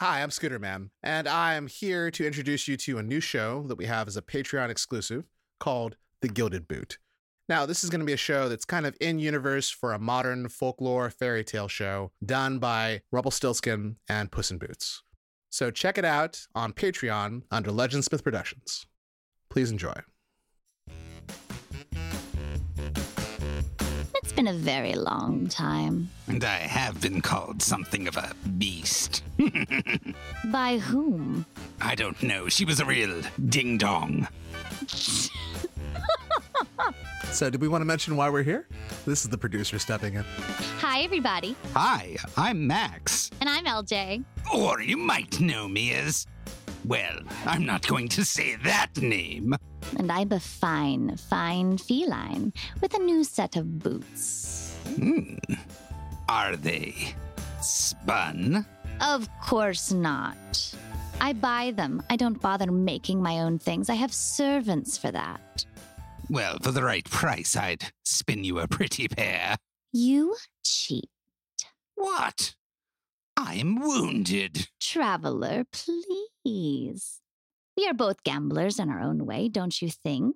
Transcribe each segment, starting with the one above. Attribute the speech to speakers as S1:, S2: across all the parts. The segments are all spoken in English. S1: Hi, I'm Scooter Man, and I am here to introduce you to a new show that we have as a Patreon exclusive called The Gilded Boot. Now, this is going to be a show that's kind of in universe for a modern folklore fairy tale show done by Rumpelstiltskin and Puss in Boots. So check it out on Patreon under Legendsmith Productions. Please enjoy.
S2: It's been a very long time.
S3: And I have been called something of a beast.
S2: By whom?
S3: I don't know. She was a real ding dong.
S1: So, do we want to mention why we're here? This is the producer stepping in.
S2: Hi, everybody,
S3: Hi, I'm Max.
S2: and I'm LJ.
S3: Or you might know me as. Well, I'm not going to say that name.
S2: And I'm a fine, fine feline with a new set of boots.
S3: Hmm. Are they spun?
S2: Of course not. I buy them. I don't bother making my own things. I have servants for that.
S3: Well, for the right price, I'd spin you a pretty pair.
S2: You cheap
S3: What? I'm wounded.
S2: traveler, please. We are both gamblers in our own way, don't you think?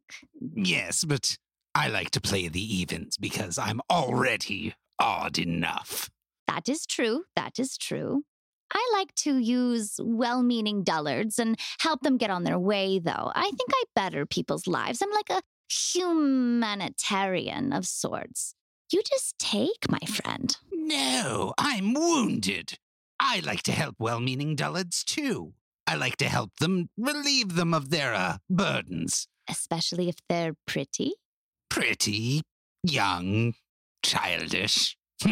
S3: Yes, but I like to play the evens because I'm already odd enough.
S2: That is true. That is true. I like to use well meaning dullards and help them get on their way, though. I think I better people's lives. I'm like a humanitarian of sorts. You just take, my friend.
S3: No, I'm wounded. I like to help well meaning dullards too. I like to help them relieve them of their uh, burdens.
S2: Especially if they're pretty.
S3: Pretty, young, childish.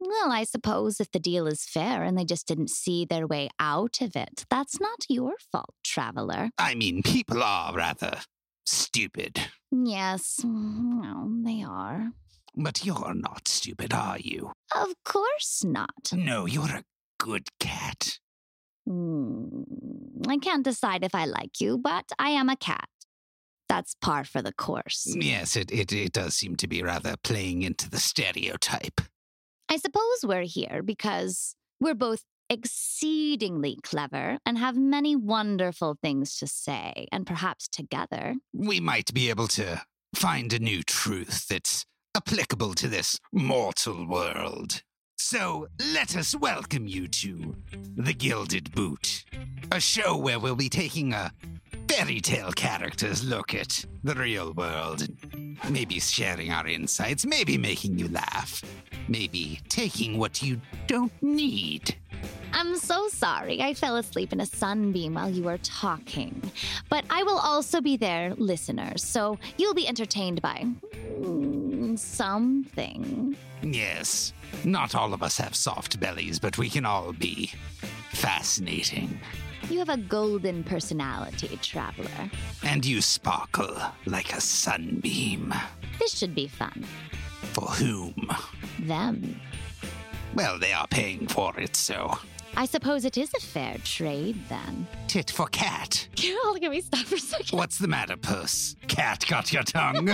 S2: Well, I suppose if the deal is fair and they just didn't see their way out of it, that's not your fault, traveler.
S3: I mean, people are rather stupid.
S2: Yes, well, they are.
S3: But you're not stupid, are you?
S2: Of course not.
S3: No, you're a good cat.
S2: Mm, I can't decide if I like you, but I am a cat. That's par for the course.
S3: Yes, it, it, it does seem to be rather playing into the stereotype.
S2: I suppose we're here because we're both exceedingly clever and have many wonderful things to say, and perhaps together.
S3: we might be able to find a new truth that's applicable to this mortal world. So let us welcome you to The Gilded Boot, a show where we'll be taking a fairy tale character's look at the real world, and maybe sharing our insights, maybe making you laugh, maybe taking what you don't need.
S2: I'm so sorry I fell asleep in a sunbeam while you were talking, but I will also be there, listeners, so you'll be entertained by mm, something.
S3: Yes, not all of us have soft bellies, but we can all be fascinating.
S2: You have a golden personality, traveler.
S3: And you sparkle like a sunbeam.
S2: This should be fun.
S3: For whom?
S2: Them.
S3: Well, they are paying for it, so.
S2: I suppose it is a fair trade then.
S3: Tit for cat.
S2: Can you all give me stop for a second?
S3: What's the matter, puss? Cat got your tongue?